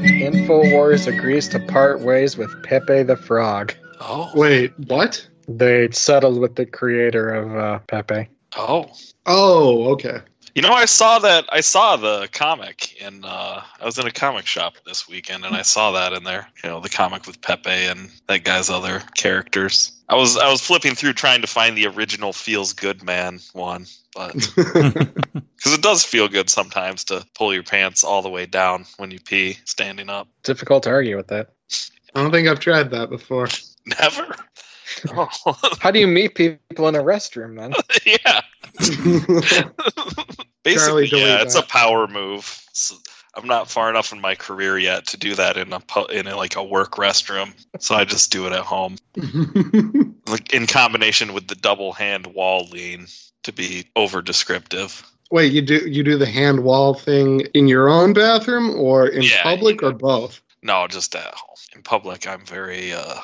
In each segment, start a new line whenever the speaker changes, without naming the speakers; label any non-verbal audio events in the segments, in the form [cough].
InfoWars agrees to part ways with Pepe the Frog.
Oh,
Wait, what?
They settled with the creator of uh, Pepe.
oh.
Oh, okay.
You know, I saw that. I saw the comic in. Uh, I was in a comic shop this weekend, and I saw that in there. You know, the comic with Pepe and that guy's other characters. I was I was flipping through trying to find the original Feels Good Man one, but because it does feel good sometimes to pull your pants all the way down when you pee standing up. [laughs]
Difficult to argue with that.
I don't think I've tried that before.
Never. Oh,
How do you meet people in a restroom then?
[laughs] yeah. Basically,
Charlie, delete
yeah, it's a
that.
power move. So I'm not far enough in my career yet to do that in a pu- in a, like a work restroom, so I just do it at home, like in combination with the double hand wall lean to be over descriptive.
Wait, you do you do the hand wall thing in your own bathroom or in
Yeah,
public
you-
or both?
No, just at home. In public, I'm very uh,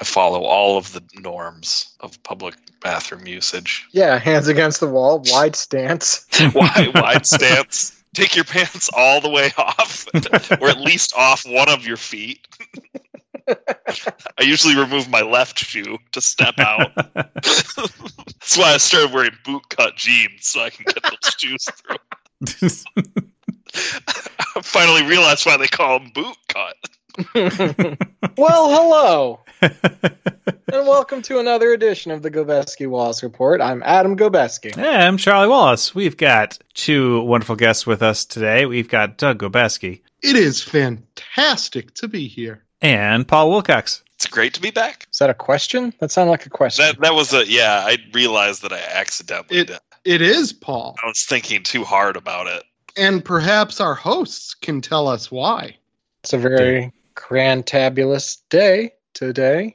I follow all of the norms of public bathroom usage.
Yeah, hands against the wall, wide stance.
[laughs] Wide wide stance. Take your pants all the way off, or at least off one of your feet. I usually remove my left shoe to step out. That's why I started wearing bootcut jeans so I can get those shoes through. I finally realized why they call them bootcut.
well, hello, and welcome to another edition of the Gobeski Walls Report. I'm Adam
[laughs]
Gobeski.
Hey, I'm Charlie Wallace. We've got two wonderful guests with us today. We've got Doug Gobeski
It is fantastic to be here.
and Paul Wilcox.
It's great to be back.
Is that a question? That sounded like a question.
That that was a yeah. I realized that I accidentally
It-
did.
It is Paul.
I was thinking too hard about it.
And perhaps our hosts can tell us why.
it's a very crantabulous day today.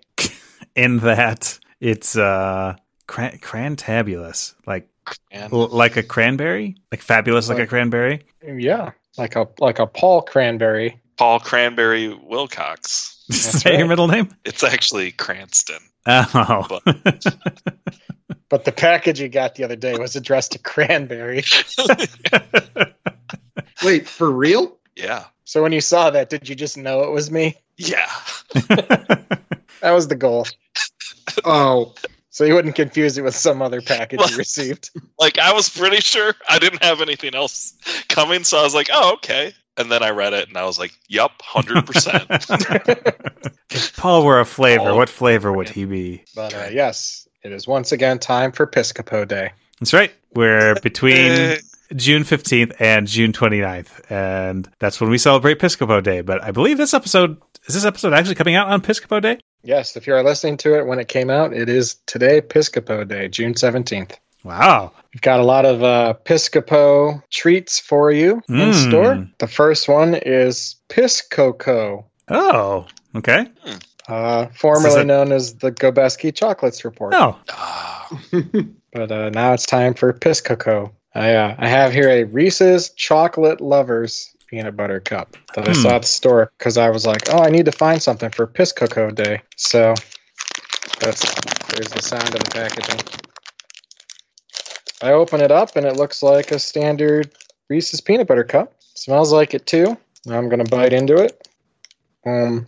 In that, it's uh cran- crantabulous, like
And
l- like a cranberry, like fabulous, like a
Like-
cranberry. [laughs]
Yeah, like a like a Paul Cranberry.
Paul Cranberry Wilcox.
Is that your
right.
middle name?
It's actually Cranston. [laughs]
Oh, [laughs]
But the package you got the other day was addressed to Cranberry.
Wait, for real?
Yeah.
So when you saw that, did you just know it was me?
Yeah.
That was the goal.
Oh,
So you wouldn't confuse it with some other package
What?
you received.
Like I was pretty sure I didn't have anything else coming, so I was like, "Oh, okay." And then I read it, and I was like, "Yup, hundred
[laughs]
percent."
if Paul were a flavor,
Paul
what flavor would he be?
But uh, yes, it is once again time for Piscopo Day.
That's right. We're
[laughs]
between June 15th and June 29th. And that's when we celebrate Piscopo Day. But I believe this episode is this episode actually coming out on Piscopo Day?
Yes, if you are listening to it when it came out, it is today Piscopo Day, June 17th.
Wow.
We've got a lot of uh, Piscopo treats for you in
Mm.
store. The first one is Piscoco,
Oh, okay.
uh, formerly
a-
known as the Gobeski Chocolates Report.
Oh,
Ah,
But uh, now it's time for Piscoco. I uh, I have here a Reese's Chocolate Lovers peanut butter cup that I
Hmm.
saw at the store because I was like, oh, I need to find something for Piscoco Day. So that's there's the sound of the packaging. I open it up and it looks like a standard Reese's peanut butter cup. Smells like it too. Now I'm gonna bite into it. Um,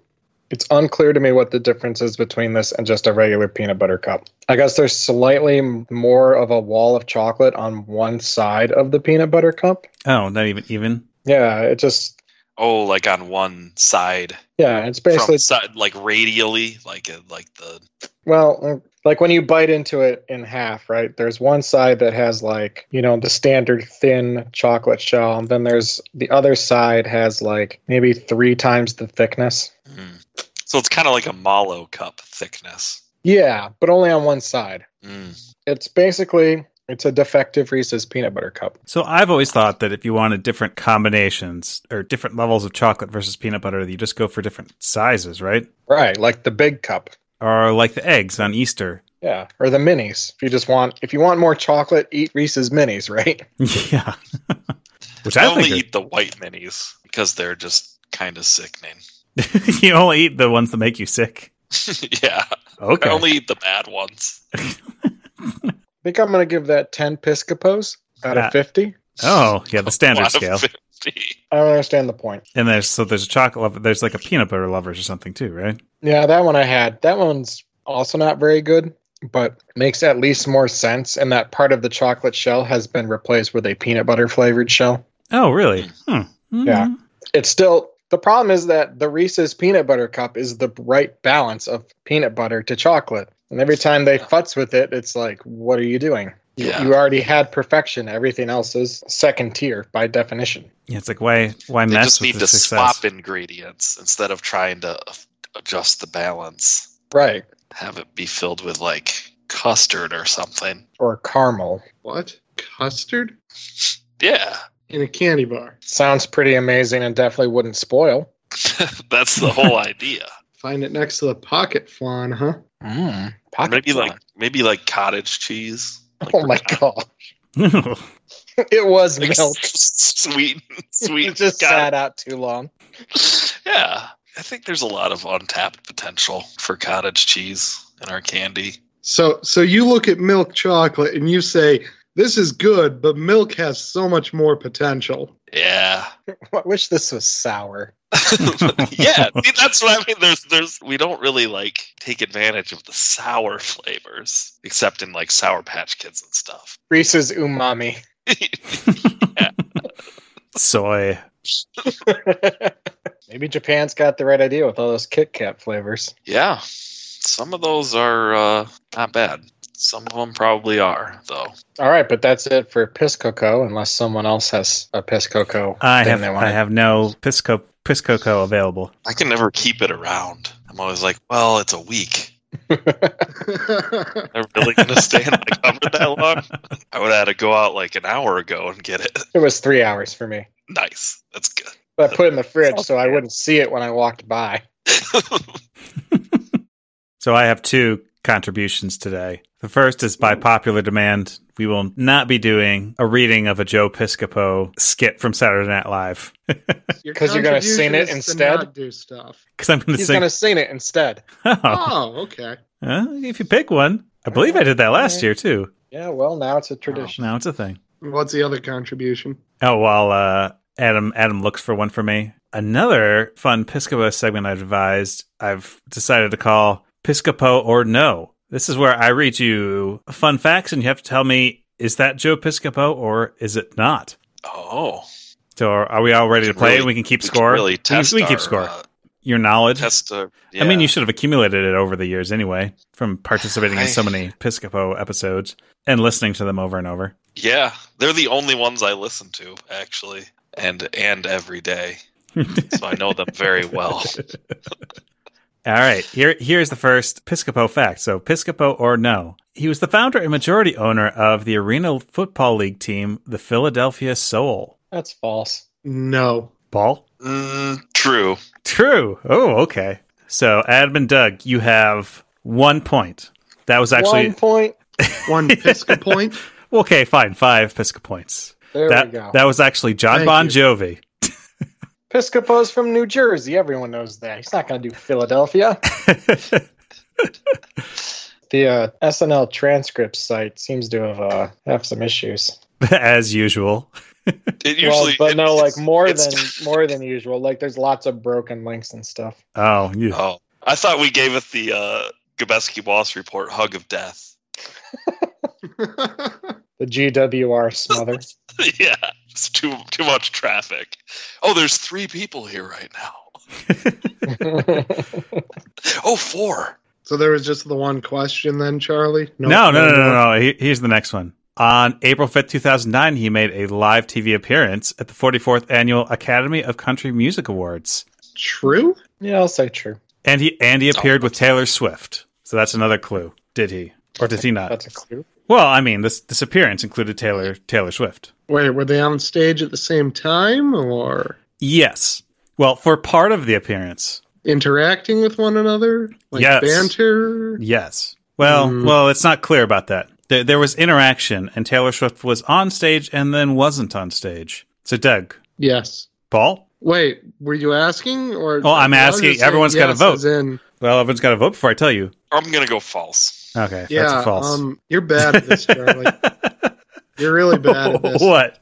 it's unclear to me what the difference is between this and just a regular peanut butter cup. I guess there's slightly m- more of a wall of chocolate on one side of the peanut butter cup.
oh, not even even.
Yeah, it just
oh, like on one side,
yeah, it's
from
basically
side, like radially, like a, like the
well, mm, like when you bite into it in half, right? There's one side that has like, you know, the standard thin chocolate shell, and then there's the other side has like maybe 3 times the thickness.
Mm. So it's kind of like a mallow cup thickness.
Yeah, but only on one side.
Mm.
It's basically it's a defective Reese's peanut butter cup.
So I've always thought that if you wanted different combinations or different levels of chocolate versus peanut butter, that you just go for different sizes, right?
Right, like the big cup.
Or like the eggs on Easter. [laughs]
Yeah, or the minis. If you just want, if you want more chocolate, eat Reese's minis, [laughs] right?
Yeah. Which
I
I
only
think
eat the white minis because they're just kind of sickening. [laughs]
are- [laughs] you only eat the ones that make you sick.
yeah,
Okay.
I only eat the bad ones.
I think I'm gonna give that ten piscopos out
Yeah.
of fifty.
oh, yeah, the standard
Out of
scale.
fif- be.
I don't understand the point.
And there's so there's a chocolate lover. There's like a peanut butter lovers or something too, right?
Yeah, that one I had. That one's also not very good, but makes at least more sense. And that part of the chocolate shell has been replaced with a peanut butter flavored shell.
Oh, really? Hmm. Mhm.
Yeah. It's still the problem is that the Reese's peanut butter cup is the right balance of peanut butter to chocolate. And every time they futz with it, it's like, what are you doing? You,
Yeah.
you already had perfection. Everything else is second tier by definition.
Yeah, it's like why why
They
mess
just
with
need
the
to
success?
swap ingredients instead of trying to adjust the balance.
Right.
Have it be filled with like custard or something.
Or caramel.
What? Custard?
Yeah,
In a candy bar.
Sounds pretty amazing and definitely wouldn't spoil.
that's the [laughs] whole idea.
Find it next to the pocket flan, huh?
Mm, pocket
maybe
flan.
like maybe like cottage cheese. Like
oh
[laughs]
my god, [laughs] it was
like
milk.
[laughs]
[laughs]
sweet, sweet.
It just
cottage
sat out too long. [laughs]
Yeah, I think there's a lot of untapped potential for cottage cheese in our candy.
So so you look at milk chocolate and you say, This is good, but milk has so much more
[laughs]
potential.
Yeah,
I wish this was sour.
[laughs] yeah, see, that's what I mean. There's, there's, we don't really like take advantage of the sour flavors, except in like Sour Patch Kids and stuff.
Reese's umami.
[laughs] Soy.
[laughs] Maybe Japan's got the right idea with all those Kit Kat flavors.
Yeah, some of those are uh, not bad. Some of them probably are, though.
All right, but that's it for Piscoco, unless someone else has a
[laughs]
Piscoco.
I
thing
have
they want
I have no pisco piscoco available.
I can never keep it around. I'm always like, well, it's a week. They're really gonna stay in [laughs] my cupboard that long? I would have had to go out like an hour ago and get it. [laughs]
It was three hours for me.
Nice. That's good.
But I put it in the fridge so I wouldn't see it when I walked by.
So I have two contributions today. The first is by popular demand. We will not be doing a reading of a Joe Piscopo skit from Saturday Night Live
Because you're gonna sing it
contribution is to
instead?
not do stuff.
because I'm going to
He's
sing.
gonna sing it instead.
[laughs] Oh.
Oh, okay.
Uh, if you pick one, I believe I did that last year too.
Yeah, well now it's a tradition.
Now it's a thing.
What's the other contribution?
Oh, while uh, Adam Adam looks for one for me. Another fun Piscopo segment I've devised. I've decided to call Piscopo or No. This is where I read you fun facts, and you have to tell me is that Joe Piscopo or is it not.
Oh.
So are, are we all ready
We
to
can
play?
really-
we can keep
We
score.
Really
We can-
test
we can keep
our,
score.
uh,
Your knowledge.
test uh, our-
I mean,
yeah.
you should have accumulated it over the years anyway from participating in so
I-
many Piscopo episodes and listening to them over and over.
Yeah, they're the only ones I listen to actually, and and every
[laughs]
day, so I know them very well.
All right, here here's the first Piscopo fact. So Piscopo or no, he was the founder and majority owner of the Arena Football League team, the Philadelphia Soul.
That's false.
No.
Ball.
Mm, true.
True. Oh, okay. So Adam and Doug, you have one point. That was actually
One point.
One
[laughs]
Pisca point. [laughs]
okay. Fine, five Pisco points.
There
that
we go.
that was actually John
Thank
Bon
you.
Jovi.
Piscopo's from New Jersey. Everyone knows that. He's not going to do Philadelphia. the uh, SNL transcript site seems to have uh, have some issues.
[laughs] As usual.
It
Well,
usually,
but
it-
no, like
it's-
more than
it's-
more than usual. Like there's lots of broken links and stuff.
Oh, you,
[laughs] Oh, I thought we gave it the uh, Gabeski Boss report hug of death. [laughs]
The GWR
[laughs]
smother.
yeah, it's too too much traffic. Oh, there's three people here right now. Oh, four.
so there was just the one question then, Charlie?
no, no, no, no, no. no. He- Here's the next one. On April 5th, 2009, he made a live TV appearance at the 44th Annual Academy of Country Music Awards.
True?
yeah, I'll say true.
And he, and he
Oh.
appeared with Taylor Swift. So that's another clue. Did he? Or did he not?
That's a clue.
Well, I mean, this, this appearance included Taylor, Taylor Swift.
Wait, were they on stage at the same time or
Yes. Well, for part of the appearance.
interacting with one another? Like
Yes.
banter?
Yes. Well,
Hmm.
well, it's not clear about that. There, there was interaction, and Taylor Swift was on stage and then wasn't on stage. So, Doug,
Yes.
Paul?
Wait, were you asking or
Oh, I'm
I was
asking.
just saying
Everyone's gotta
yes,
vote.
as in-
Well, everyone's got to vote before I tell you.
I'm gonna go false.
Okay,
yeah,
that's a false. [laughs]
um you're bad at this, Charlie. you're really bad at this.
what?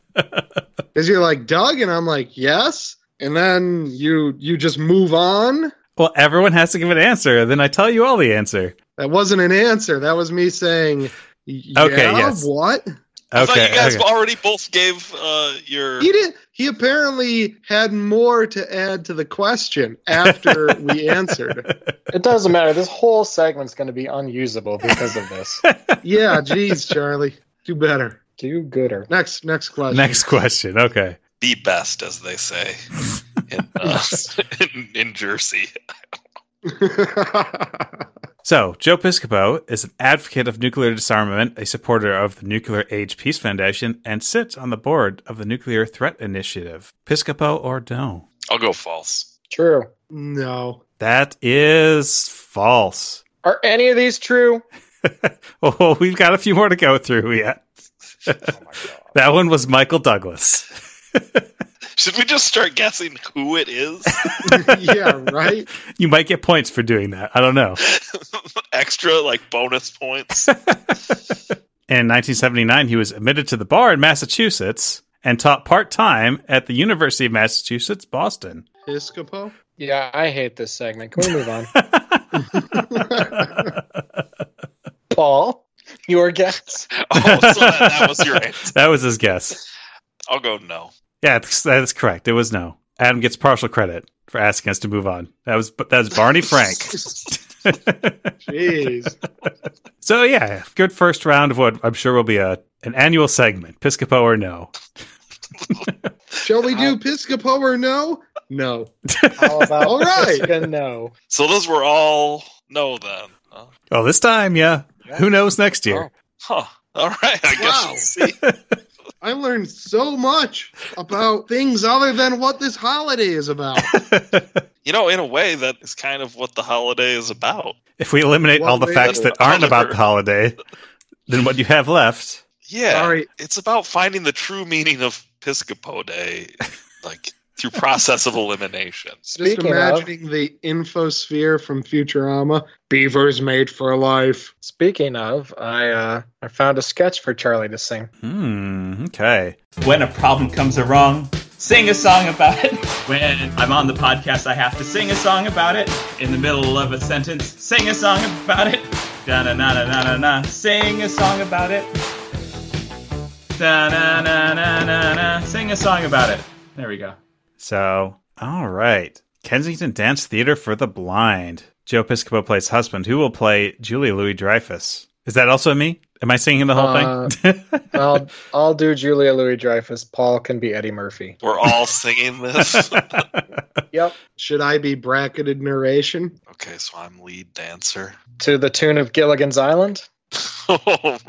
Because you're like, Doug, and I'm like, yes. And then you you just move on.
well, everyone has to give an answer. Then I tell you all the answer.
That wasn't an answer. That was me saying, yeah,
Okay, yes.
what?
I thought
Okay.
you guys
okay.
already both gave uh, your.
He did. He apparently had more to add to the question after
[laughs]
we answered.
It doesn't matter. This whole segment's going to be unusable because of this.
[laughs]
Yeah, geez, Charlie, do better.
Do gooder.
Next, next question. [laughs]
Next question. Okay.
be best, as they say in, uh, [laughs] in, in Jersey.
So, Joe Piscopo is an advocate of nuclear disarmament, a supporter of the Nuclear Age Peace Foundation, and sits on the board of the Nuclear Threat Initiative. Piscopo or no?
I'll go false.
True.
no.
That is false. [laughs]
Are any of these true?
Oh, we've got a few more to go through yet.
[laughs] Oh my god!
That one was Michael Douglas. [laughs]
Should we just start guessing who it [laughs] is?
[laughs] yeah, right.
you might get points for doing that. I don't know.
Extra like bonus [laughs] points. Oh,
In 1979, he was admitted to the bar in Massachusetts and taught part time at the University of Massachusetts, Boston. [laughs]
Piscopo.
Yeah, I hate this segment. Can we move
[laughs]
on?
Oh,
Paul, your guess.
Oh, so that, that was your answer.
[laughs] That was his guess.
I'll go no.
Yeah, that's, that's correct. It was no. Adam gets partial credit for asking us to move on. That was that was
[laughs]
Barney Frank. [laughs]
Jeez.
so yeah, good first round of what I'm sure will be a an annual segment, Piscopo or no.
Shall we do Piscopo or no? No.
How about
All right.
Jessica? No.
So those were all no then. Huh?
Well, Oh, this time, yeah. Who knows next year?
Huh. All right. I guess
Wow.
we'll see.
I learned so much about things other than what this holiday is
[laughs]
about.
Oh. You know, in a way, that is kind of what the holiday is about.
If we eliminate
One
all the
way
facts
or
that aren't about
another.
the holiday, then what you have left?
Yeah.
Sorry.
It's about finding the true meaning of Piscopo Day, like through process of elimination.
Just
Speaking of,
imagining the infosphere from Futurama. Beavers made for life.
speaking of, I uh, I found a sketch for Charlie to sing.
Hmm. Okay.
When a problem comes along, sing a song about it. [laughs] When I'm on the podcast, I have to sing a song about it. In the middle of a sentence, sing a song about it. Da na na na na na na, sing a song about it. Da na na na na na, sing a song about it. There we go.
So, all right. Kensington Dance Theater for the Blind. Joe Piscopo plays husband, who will play Julie Louis Dreyfus. Is that also me? Am I singing the whole
Uh,
thing?
I'll I'll do Julia Louis Dreyfus. Paul can be Eddie Murphy.
We're all singing [laughs] this.
Yep.
Should I be bracketed narration?
okay, so I'm lead dancer. [laughs]
To the tune of Gilligan's Island.
oh man.
[laughs]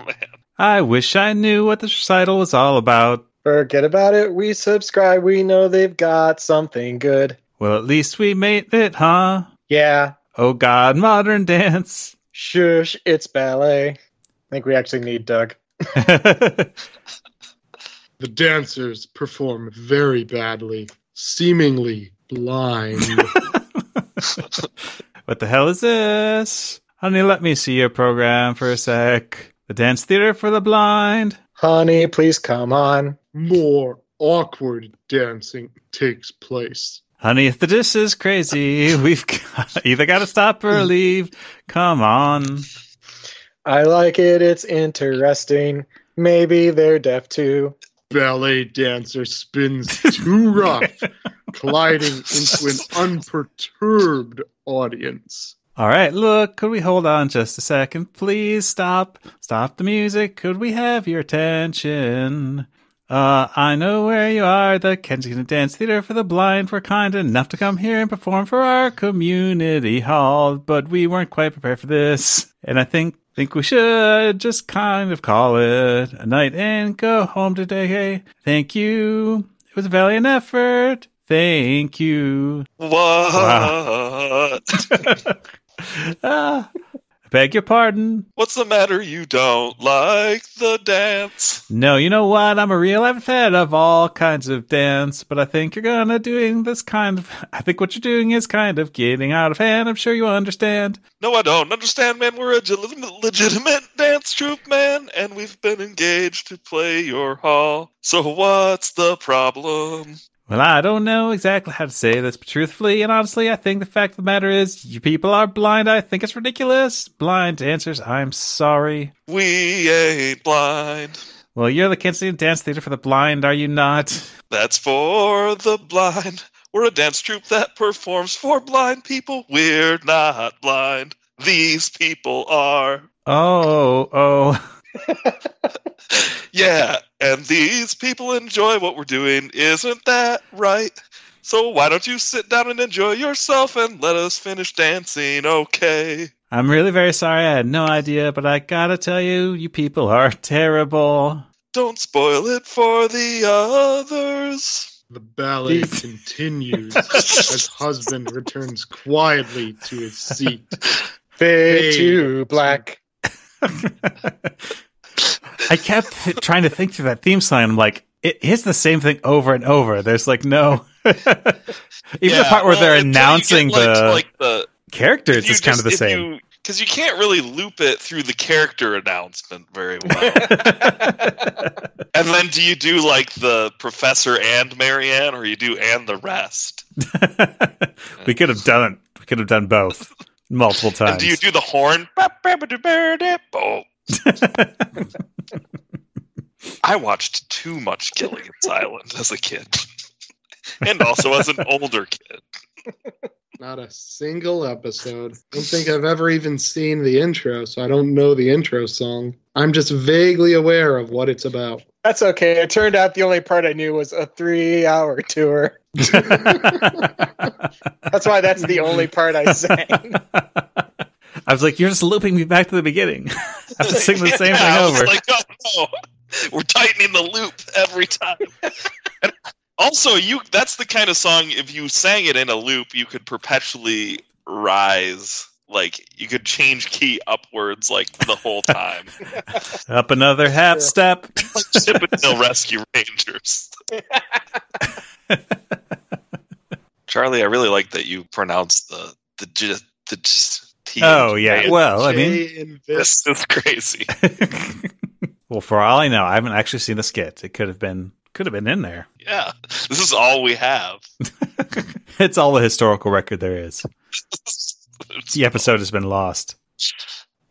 I wish I knew what this recital was all about.
Forget about it. We subscribe. We know they've got something good.
Well, at least we made it, huh?
Yeah.
Oh God, modern dance. [laughs]
Shush. It's ballet. I think we actually need Doug.
The dancers perform very badly, seemingly
[laughs]
blind.
What the hell is this? Honey, let me see your program for a sec. The Dance Theater for the Blind.
Honey, please come on.
More awkward dancing takes place.
Honey, if the dish is crazy, [laughs] we've got, either got to stop or leave. Come on.
I like it. It's interesting. Maybe they're deaf too.
Ballet dancer spins too rough, colliding into an unperturbed audience.
All right, look, could we hold on just a second? Please stop. Stop the music. Could we have your attention? Uh, I know where you are, the Kensington Dance Theater for the Blind were kind enough to come here and perform for our community hall, but we weren't quite prepared for this. And I think think we should just kind of call it a night and go home today. Thank you. It was a valiant effort. Thank you.
What? [laughs]
Wow. ah, beg your pardon.
What's the matter? You don't like the dance?
No, you know what? I'm a real avid fan of all kinds of dance, but I think you're gonna doing this kind of. [laughs] I think what you're doing is kind of getting out of hand. I'm sure you understand.
No, I don't understand, man. We're a ge- legitimate dance troupe, man, and we've been engaged to play your hall. So what's the problem?
Well, I don't know exactly how to say this, but truthfully and honestly, I think the fact of the matter is you people are blind. I think it's ridiculous. Blind dancers, I'm sorry.
We ain't blind.
Well, you're the Kensington Dance Theater for the Blind, are you not? [laughs]
That's for the blind. We're a dance troupe that performs for blind people. We're not blind. These people are.
Oh, oh.
Yeah, and these people enjoy what we're doing. Isn't that right? So why don't you sit down and enjoy yourself and let us finish dancing, okay?
I'm really very sorry. I had no idea, but I gotta tell you, you people are terrible.
Don't spoil it for the others.
The ballet continues as husband returns quietly to his seat.
Fade
Fade
to black.
I kept [laughs] trying to think through that theme song. I'm like, it is the same thing over and over. There's like no. [laughs] Even the
Yeah,
part where
well,
they're
until you get,
announcing
like-
the
like the
characters is kind of the same.
Because you can't really loop it through the character announcement very
[laughs]
well. and then do you do like the professor and Marianne, or you do and the rest?
[laughs] we could have done it. We could have done both multiple
And
times.
do you do the horn? Oh.
[laughs]
I watched too much Killing It's Island as a kid, and also as an older kid.
Not a single episode. I don't think I've ever even seen the intro, so I don't know the intro song. I'm just vaguely aware of what it's about.
That's okay. It turned out the only part I knew was a three hour tour. That's why that's the only part I
[laughs]
sang.
[laughs] I was like, you're just looping me back to the beginning. [laughs] I have to sing the
[laughs] Yeah,
same
I was
thing over.
like, oh, no. We're tightening the loop every time. And also, you that's the kind of song if you sang it in a loop, you could perpetually rise. Like you could change key upwards like the whole time.
Up another half step.
like Chippendale Rescue Rangers. [laughs] Charlie, I really like that you pronounced the the j- the j- t.
Oh yeah. Well, I mean, [laughs]
Jay and Vince.
this is crazy.
well, for all I know, I haven't actually seen the skit. It could have been could have been in there.
Yeah, this is all we have. [laughs]
it's all the historical record there is. The episode has been lost.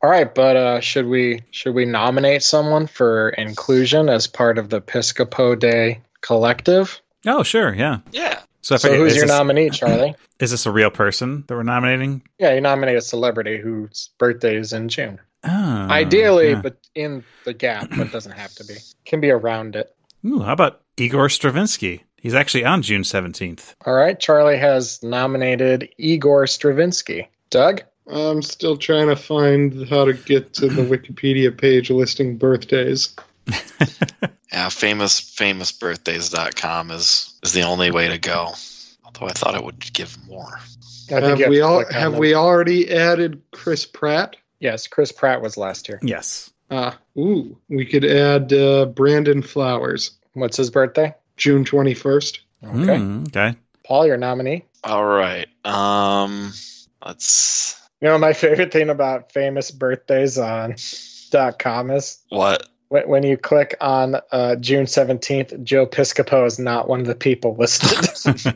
All right, but uh, should we should we nominate someone for inclusion as part of the Piscopo Day collective?
Oh, sure, yeah.
Yeah.
So, if
So
I,
who's
is,
your
this,
nominee, Charlie?
is this a real person that we're nominating?
yeah, you nominate a celebrity whose birthday is in June.
Oh,
Ideally,
yeah.
but in the gap, but doesn't have to be. Can be around it.
Ooh, how about Igor Stravinsky? He's actually on June seventeenth.
All right, Charlie has nominated Igor Stravinsky. Doug?
I'm still trying to find how to get to the Wikipedia page listing birthdays.
Yeah, famous famousbirthdays.com is is the only way to go. Although I thought it would give more.
I think
Have
you
we
to
all
click on
have
them.
we already added Chris Pratt?
Yes, Chris Pratt was last year.
Yes.
Ah, ooh, we could add uh, Brandon Flowers,
What's his birthday?
June 21st.
Okay.
Mm, okay. [laughs]
Paul, your nominee.
All right. Um let's
You know, my favorite thing about famous birthdays on dot com is
what?
when, when you click on uh, June 17th, Joe Piscopo is not one of the people listed.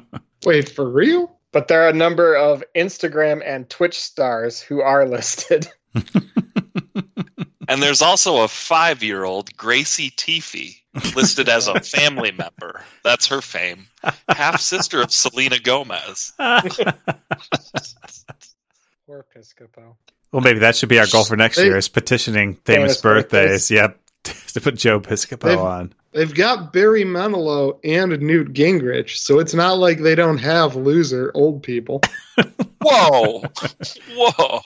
[laughs] Wait, for real?
but there are a number of Instagram and Twitch stars who are listed. [laughs]
And there's also a 5-year-old Gracie Teefy listed as a family member. That's her fame. Half sister of Selena Gomez. [laughs]
Poor Piscopo.
Well, maybe that should be our goal for next
They-
year: is petitioning
Famous
famous, birthdays.
birthdays.
Yep, [laughs] to put Joe Piscopo
They've-
on. [laughs]
They've got Barry Manilow and Newt Gingrich, so it's not like they don't have loser old people.
Whoa. Whoa.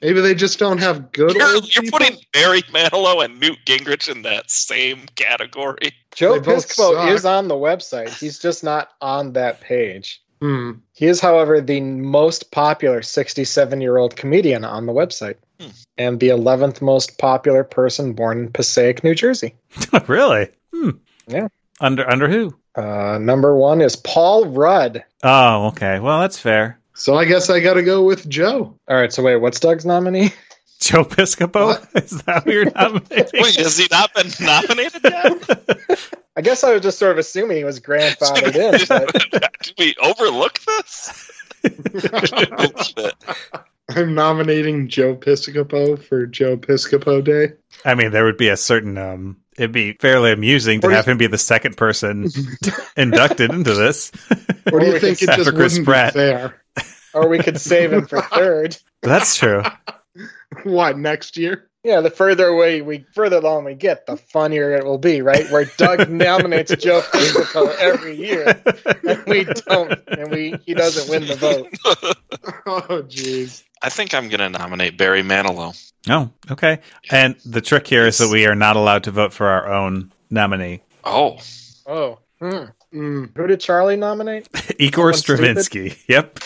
Maybe they just don't have good
You're,
old
you're
people.
putting Barry Manilow and Newt Gingrich in that same category.
Joe
They both
Piscopo
suck.
is on the website. He's just not on that page.
Hmm.
He is, however, the most popular 67 year old comedian on the website
Hmm.
and the 11th most popular person born in Passaic, New Jersey.
really? Hmm.
Yeah.
Under under who?
Uh, number one is Paul Rudd.
Oh, okay. Well, that's fair.
So I guess I got to go with Joe.
All right, so wait, what's Doug's nominee?
Joe Piscopo? [laughs] Is that
[laughs]
who you're nominating?
Wait, has he not been nominated
[laughs]
yet?
I guess I was just sort of assuming he was grandfathered
[laughs]
in. But
Did we overlook this?
[laughs]
Believe it.
I'm nominating Joe Piscopo for Joe Piscopo Day.
I mean, there would be a certain um it'd be fairly amusing to
Or you-
have him be the
[laughs]
second person inducted into this.
Or do
Or we
you think
could
it
send
just
for Chris
wouldn't
Pratt.
be fair? [laughs]
or we could save him for third. [laughs]
That's true.
What next year? [laughs]
Yeah, the further away we, further along we get, the funnier it will be, right? Where Doug nominates Joe Piscopo every year, and we don't, and we he doesn't win the vote.
Oh, jeez.
I think I'm going to nominate Barry Manilow.
Oh, okay. And the trick here is that we are not allowed to vote for our own nominee.
Oh,
Oh, hmm.
Mm,
who did Charlie nominate?
Igor
Someone stupid?
Stravinsky. Yep.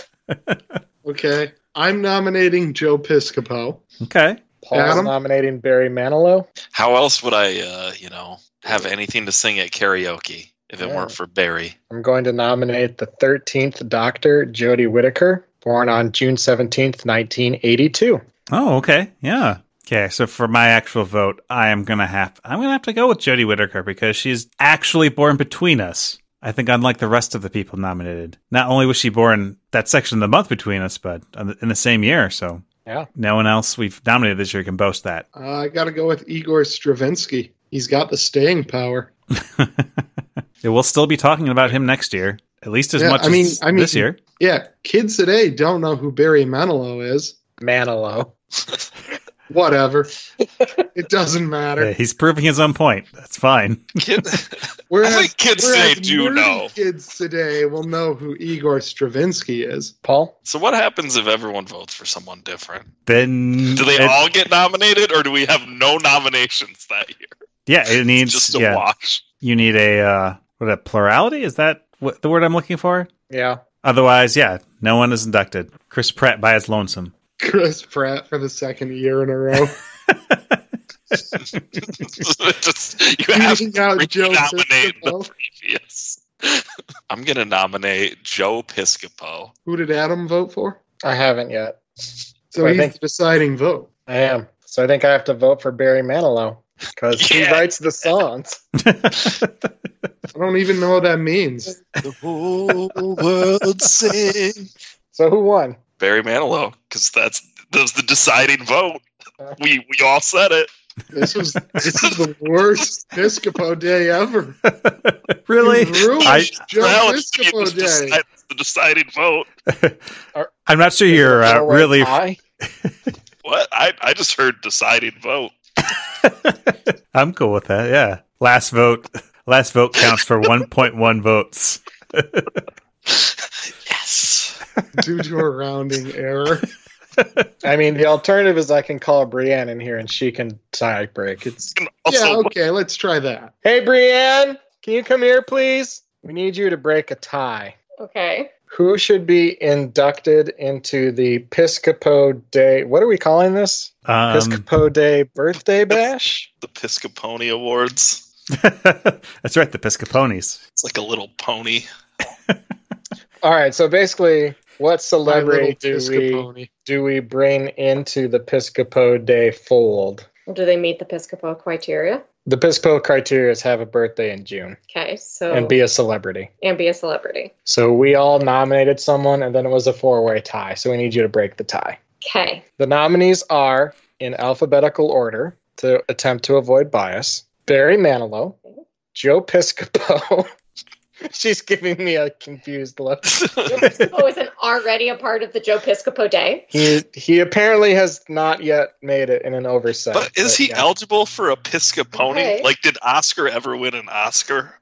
okay. I'm nominating Joe Piscopo.
Okay.
Paul's
Adam?
nominating Barry Manilow.
how else would I, uh, you know, have anything to sing at karaoke if it weren't for [laughs] Barry?
I'm going to nominate the 13th Doctor, Jodie Whittaker, born on June 17th, 1982.
Oh, okay. Yeah. Okay, so for my actual vote, I am gonna have I'm gonna have to go with Jodie Whittaker because she's actually born between us. I think unlike the rest of the people nominated, not only was she born that section of the month between us, but on the- in the same year. So
Yeah.
no one else we've nominated this year can boast that. [laughs]
Uh, I got to go with Igor Stravinsky. He's got the staying power.
Yeah, we'll still be talking about him next year, at least as
Yeah,
much
I mean-
as
I mean-
this year.
Yeah, kids today don't know who Barry Manilow is.
Manilow.
Whatever. it doesn't
Yeah,
matter.
he's proving his own point. That's fine. [laughs]
Kid- [laughs]
We're
I think kids today do know.
Kids today will know who Igor Stravinsky is.
Paul?
So what happens if everyone votes for someone different?
Then
Do they
it-
all get nominated, or do we have no nominations that year?
Yeah,
[laughs]
it needs
Just a
yeah.
wash.
You need a uh, what a plurality is that what, the word I'm looking for?
Yeah.
Otherwise, yeah, no one is inducted. Chris Pratt by his lonesome.
Chris Pratt for the second year in
[laughs]
a row.
[laughs] Just- you have
Beating out
to
Joe
nominate the
Piscopo.
previous. I'm going to nominate Joe Piscopo.
Who did Adam vote for?
I haven't yet.
So
I
he's
think-
the deciding vote.
I am. So I think I have to vote for Barry Manilow because he
Yeah.
writes the songs.
I don't even know what that means.
The whole world sing.
So who won?
Barry Manilow, because that's that was the deciding vote. We we all said it.
This was this is the worst Piscopo day ever.
really?
You ruined
I-
Joe
Well, it's- it was
Piscopo day.
decide- it's the deciding vote.
I'm not sure you're uh,
Or
really.
I?
What? I I just heard deciding vote.
I'm cool with that. Yeah. Last vote. [laughs] Last vote counts for 1.1 votes.
Yes.
due to a rounding error.
I mean, the alternative is I can call Brienne in here and she can tie break. It's
And also,
yeah, okay, let's try that.
hey Brienne, can you come here, please? We need you to break a tie.
Okay.
Who should be inducted into the Piscopo Day? What are we calling this?
Um,
Piscopo Day Birthday Bash?
the Piscoponi Awards.
[laughs] that's right. The Piscoponis.
It's like a little pony. [laughs]
All right. So basically, what
My little
celebrity do we
Piscoponi.
do we bring into the Piscopo Day fold?
Do they meet the Piscopo criteria?
The Piscopo criteria is have a birthday in June
Okay, so
and be a celebrity.
and be a celebrity.
So we all nominated someone, and then it was a four-way tie. So we need you to break the tie.
Okay.
The nominees are in alphabetical order to attempt to avoid bias. Barry Manilow, Joe Piscopo. [laughs] She's giving me a confused
[laughs]
look.
Joe Piscopo isn't Oh, already a part of the Joe Piscopo Day.
He he apparently has not yet made it in an oversight.
But is he
yeah.
eligible for a Piscoponi?
Okay.
Like, did Oscar ever win an Oscar?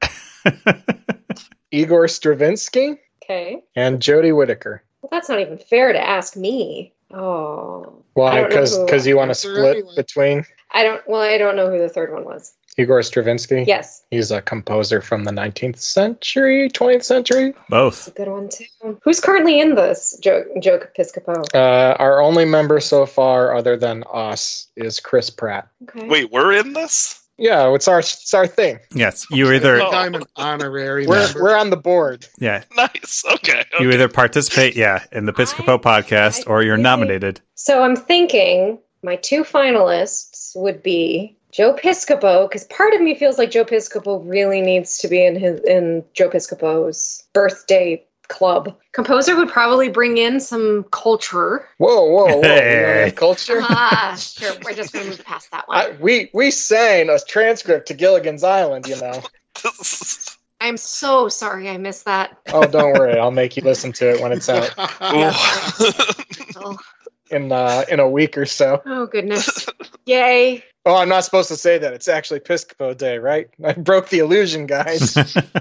Igor Stravinsky
Okay.
and Jodie Whittaker?
Well, that's not even fair to ask me. Oh, I
Why?
don't know
Because
who-
because you want to
Is there
split
anyone-
between.
I don't. Well, I don't know who the third one was.
Igor Stravinsky.
Yes.
He's a composer from the 19th century, 20th century.
Both.
Good one, too. Who's currently in this, Joe, Joe Piscopo?
Uh, our only member so far, other than us, is Chris Pratt.
Okay.
Wait, we're in this? [laughs]
Yeah, it's our it's our thing.
Yes, you either
Oh.
I'm an honorary
We're
member.
we're on the board.
yeah
Nice. Okay. [laughs]
you either participate yeah in the Piscopo podcast or you're nominated.
So I'm thinking my two finalists would be Joe Piscopo, because part of me feels like Joe Piscopo really needs to be in his in Joe Piscopo's birthday club. Composer would probably bring in some culture.
Whoa, whoa, whoa! You don't
[laughs]
Hey.
[laughs]
have culture.
Uh-huh.
Ah, sure. We're just going to move past that
I,
one.
we we sang a transcript to Gilligan's Island, you know.
[laughs]
I, am so sorry I missed that.
Oh, don't worry, I'll make you listen to it when it's out
Oh,
in uh, in a week or so.
oh
[laughs]
goodness. Yay.
Oh, I'm not supposed to say that. It's actually Piscopo Day, right? [laughs] I broke the illusion, guys.
[laughs]
[laughs]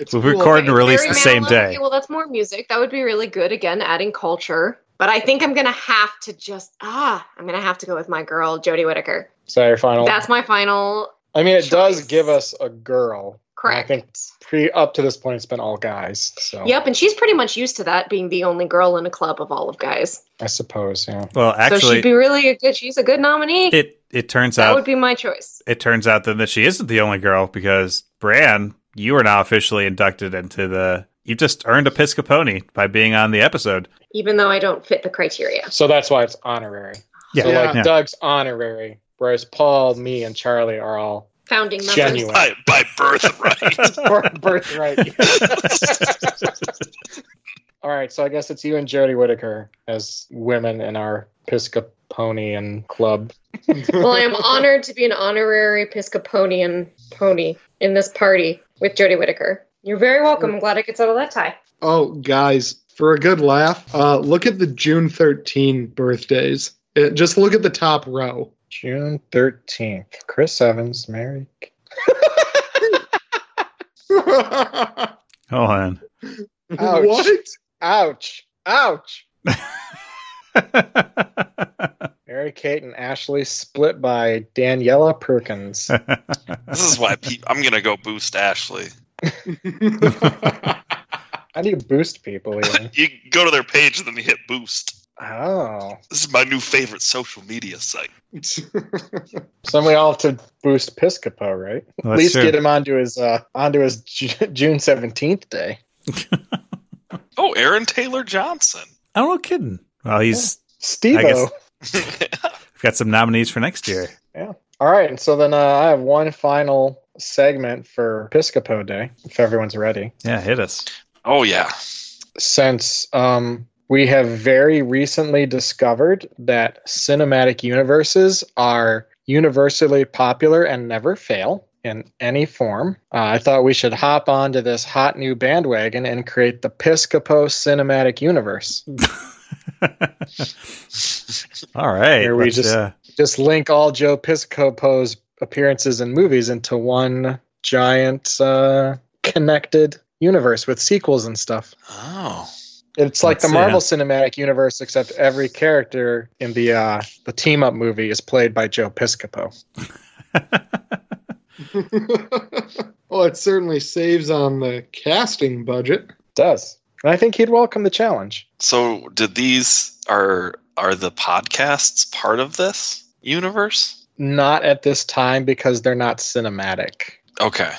It's
We'll record and release
Barry
the same
Manilow,
day.
Okay, well, that's more music. That would be really good. Again, adding culture. But I think I'm going to have to just, ah, I'm going to have to go with my girl, Jodie Whittaker.
Sorry, final.
That's my final.
I mean, it does
choice.
give us a girl. I
Correct.
think pre up to this point, it's been all guys. So
Yep, and she's pretty much used to that being the only girl in a club of all of guys.
I suppose, yeah.
Well,
so she'd
actually, uh,
be really a good. She's a good nominee.
it it turns
that
out
would be my choice.
it turns out then that she isn't the only girl because Bran, you are now officially inducted into the. You've just earned a Piscoponi by being on the episode.
Even though I don't fit the criteria.
So that's why it's honorary.
Yeah,
so like
yeah.
Doug's honorary, whereas Paul, me, and Charlie are all
Founding members. [laughs]
genuine.
[laughs] by, by
[laughs]
birthright. [laughs]
Or birthright. [laughs] all right, so I guess it's you and Jody Whittaker as women in our Piscoponian club.
well, I am honored to be an honorary Piscoponian pony in this party with Jodie Whittaker. You're very welcome. I'm glad I could settle that tie.
Oh, guys, for a good laugh, uh, look at the June 13 birthdays. It, just look at the top row. [laughs]
June 13th. Chris Evans, Mary. [laughs]
Hold on.
Ouch.
What? [laughs]
Ouch. Ouch. Mary Kate and Ashley split by Daniela [laughs] Perkins.
this is why pe- I'm gonna go boost Ashley.
How do you boost people? Ian?
You go to their page and then you hit boost.
oh,
This is my new favorite social media site.
so we all have to boost Piscopo, right?
Well,
At
that's
least
true.
get him onto his uh, onto his Ju- June seventeenth day.
Oh, Aaron Taylor Johnson.
I'm not Oh, kidding. Well, he's
Steve.
guess- got some nominees for next year.
All right, and so then uh, I have one final segment for Piscopo Day, if everyone's ready.
Yeah, hit us.
[laughs] oh yeah.
since um, we have very recently discovered that cinematic universes are universally popular and never fail in any form. Uh, I thought we should hop onto this hot new bandwagon and create the Piscopo Cinematic Universe.
All right.
Here we
let's,
just-
uh,
Just link all Joe Piscopo's appearances in movies into one giant uh, connected universe with sequels and stuff.
Oh.
It's like
Let's
the
see,
Marvel Cinematic Universe, except every character in the uh, the team up movie is played by Joe Piscopo.
well, it certainly saves on the casting budget.
Does and I think he'd welcome the challenge.
So did these are are the podcasts part of this universe?
Not at this time because they're not cinematic.
Okay.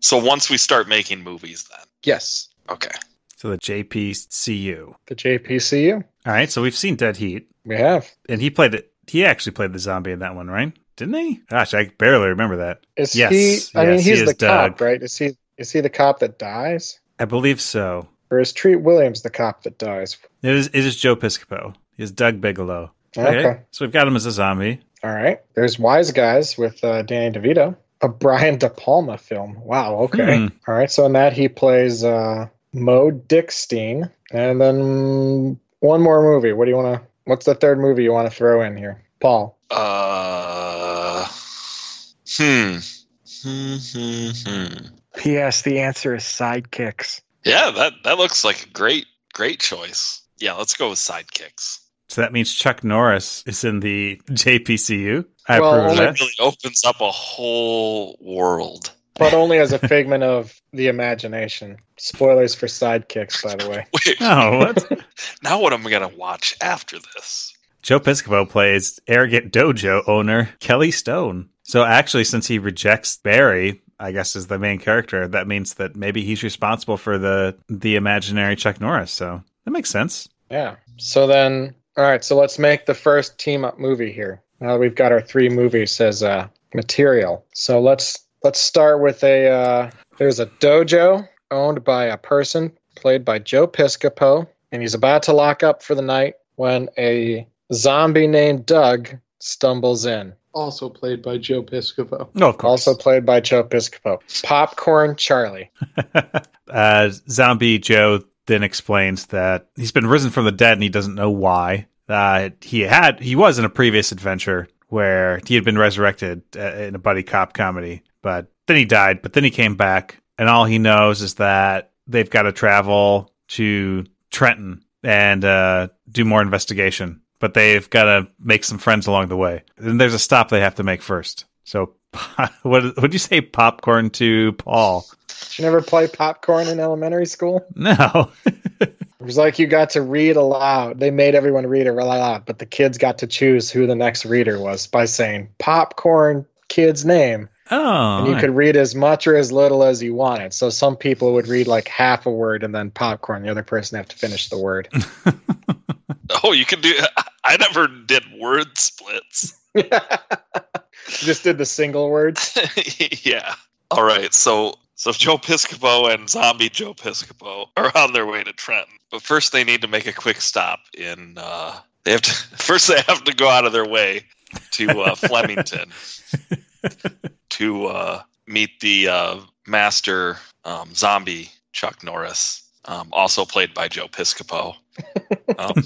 So once we start making movies then.
Yes,
Okay.
so the JPCU. All
the JPCU
right. So we've seen Dead Heat,
we have
and he played it. He actually played the zombie in that one, right? Didn't he? Gosh, I barely remember that.
is
Yes,
he? I mean,
yes, he
he's
is
the
Doug.
cop, right? Is he? Is he the cop that dies,
I believe so.
or is Treat Williams the cop that dies?
It is, it is Joe Piscopo. He is Doug Bigelow.
Okay,
So we've got him as a zombie.
all right. There's Wise Guys with uh, Danny DeVito, a [laughs] Brian De Palma film. Wow. Okay.
Hmm.
All right, so in that he plays uh, Mo Dickstein, and then one more movie. What do you want to? What's the third movie you want to throw in here, Paul?
Uh hmm. Hmm, hmm, hmm.
P.S. The answer is Sidekicks.
Yeah, that that looks like a great great choice. Yeah, let's go with sidekicks.
So that means Chuck Norris is in the [laughs] JPCU. I
Well,
approve of
only
that.
That really opens up a whole world. [laughs]
but only as a figment of the imagination. Spoilers for sidekicks, by the way.
Wait,
[laughs]
[laughs]
Oh, what?
now what am I gonna watch after this?
Joe Piscopo plays arrogant dojo owner Kelly Stone. So actually, since he rejects Barry, I guess is the main character, that means that maybe he's responsible for the the imaginary Chuck Norris. So that makes sense.
Yeah. So then, all right. So let's make the first team up movie here. Now that we've got our three movies as uh, material. So let's let's start with a. Uh, there's a dojo owned by a person played by Joe Piscopo, and he's about to lock up for the night when a zombie named Doug stumbles in.
Also played by Joe Piscopo.
No, of course.
Also played by Joe Piscopo. Popcorn Charlie.
[laughs] uh, Zombie Joe then explains that he's been risen from the dead and he doesn't know why. Uh, he had he was in a previous adventure where he had been resurrected uh, in a buddy cop comedy, but then he died. But then he came back, and all he knows is that they've got to travel to Trenton and uh, do more investigation. But they've got to make some friends along the way. Then there's a stop they have to make first. So, [laughs] what would you say, popcorn to Paul?
Did you never play popcorn in elementary school?
No.
It was like you got to read aloud. They made everyone read it aloud, but the kids got to choose who the next reader was by saying popcorn kid's name.
Oh,
and you
right.
could read as much or as little as you wanted. So some people would read like half a word and then popcorn. The other person have to finish the word. [laughs]
[laughs] Oh, you can do. I never did word splits. [laughs]
You Just did the single words.
yeah. All right. So so Joe Piscopo and Zombie Joe Piscopo are on their way to Trenton, but first they need to make a quick stop in. Uh, they have to [laughs] first they have to go out of their way to uh, Flemington to uh, meet the uh, master um, zombie Chuck Norris, um, also played by Joe Piscopo. Um,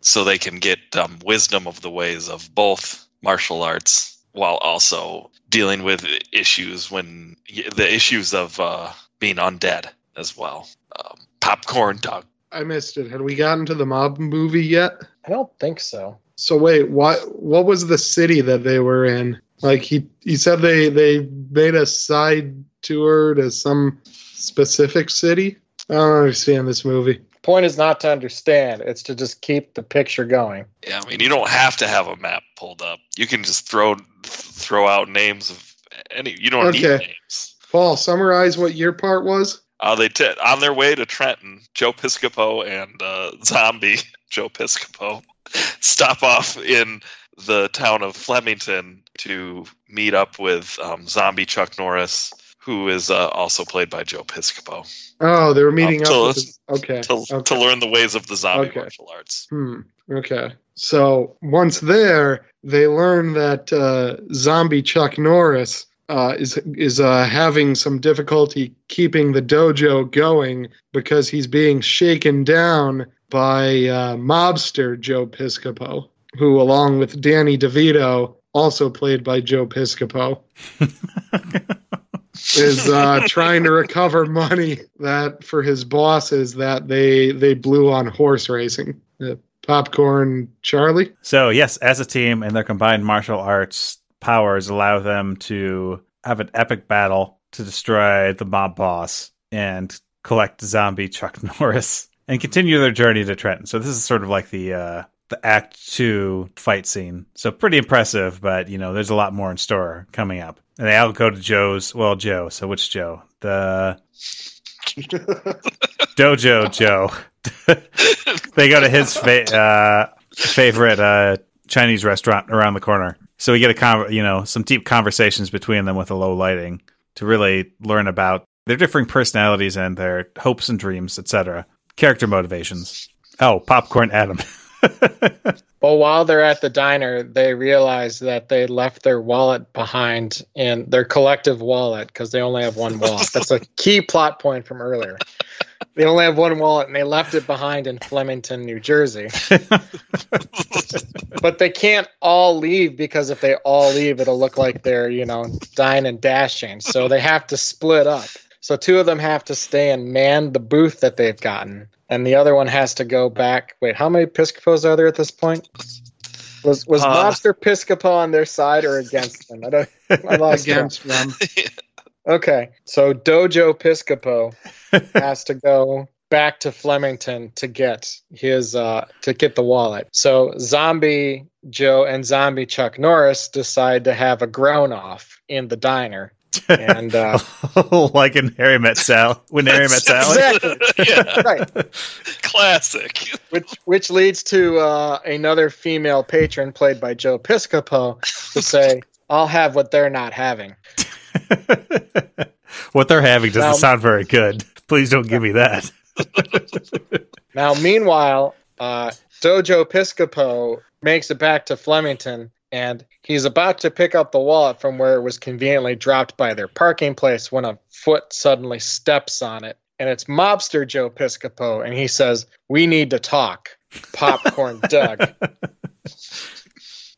so they can get um, wisdom of the ways of both martial arts while also dealing with issues when the issues of uh, being undead as well. Um, popcorn dog.
I missed it. Had we gotten to the mob movie yet?
I don't think so.
So wait, what what was the city that they were in? Like he he said they they made a side tour to some specific city. I don't understand this movie.
Point is not to understand. It's to just keep the picture going.
Yeah, I mean you don't have to have a map pulled up. You can just throw throw out names of any. You don't need
Okay.
names.
Paul, summarize what your part was.
Uh, they t- on their way to Trenton. Joe Piscopo and uh, zombie [laughs] Joe Piscopo [laughs] stop off in the town of Flemington to meet up with um, zombie Chuck Norris, who is uh, also played by Joe Piscopo,
Oh, they were meeting
Um, to
up. With the, okay.
to
okay.
to learn the ways of the zombie
Okay.
martial arts.
Hmm. Okay. So once there, they learn that uh, zombie Chuck Norris uh, is is uh, having some difficulty keeping the dojo going because he's being shaken down by uh, mobster Joe Piscopo, who, along with Danny DeVito, also played by Joe Piscopo,
[laughs]
is uh, [laughs] trying to recover money that for his bosses that they they blew on horse racing. Uh, Popcorn Charlie.
so, yes, as a team and their combined martial arts powers allow them to have an epic battle to destroy the mob boss and collect zombie Chuck [laughs] Norris and continue their journey to Trenton. So, this is sort of like the uh, the Act Two fight scene. So, pretty impressive, but you know, there's a lot more in store coming up. And they all go to Joe's. Well, Joe. So, which Joe?
[laughs]
The Dojo Joe. [laughs] they go to his fa- uh, favorite uh, Chinese restaurant around the corner. So we get a con- you know some deep conversations between them with a low lighting to really learn about their differing personalities and their hopes and dreams, etc. Character motivations. Oh, popcorn Adam.
But while they're at the diner, they realize that they left their wallet behind in their collective wallet because they only have one wallet. That's a key plot point from earlier. They only have one wallet and they left it behind in Flemington, New Jersey. but they can't all leave because if they all leave, it'll look like they're, you know, dying and dashing. So they have to split up. So two of them have to stay and man the booth that they've gotten. and the other one has to go back. Wait, how many Piscopos are there at this point? Was was
Uh,
Lobster Piscopo on their side or against them? I don't. I lost count.
against them.
Okay, so Dojo Piscopo has to go back to Flemington to get his uh to get the wallet. So Zombie Joe and Zombie Chuck Norris decide to have a grown off in the diner, and
[laughs]
uh,
like in Harry Met Sal. When Harry Met Sally.
Exactly.
[laughs] yeah,
right,
classic.
which which leads to uh, another female patron played by Joe Piscopo to say, "I'll have what they're not having."
[laughs] what they're having doesn't
Um,
sound very good. Please don't give me that.
Now, meanwhile, uh, Dojo Piscopo makes it back to Flemington, and he's about to pick up the wallet from where it was conveniently dropped by their parking place when a foot suddenly steps on it, and it's mobster Joe Piscopo, and he says, "We need to talk."
[laughs]
Popcorn Doug.
[laughs]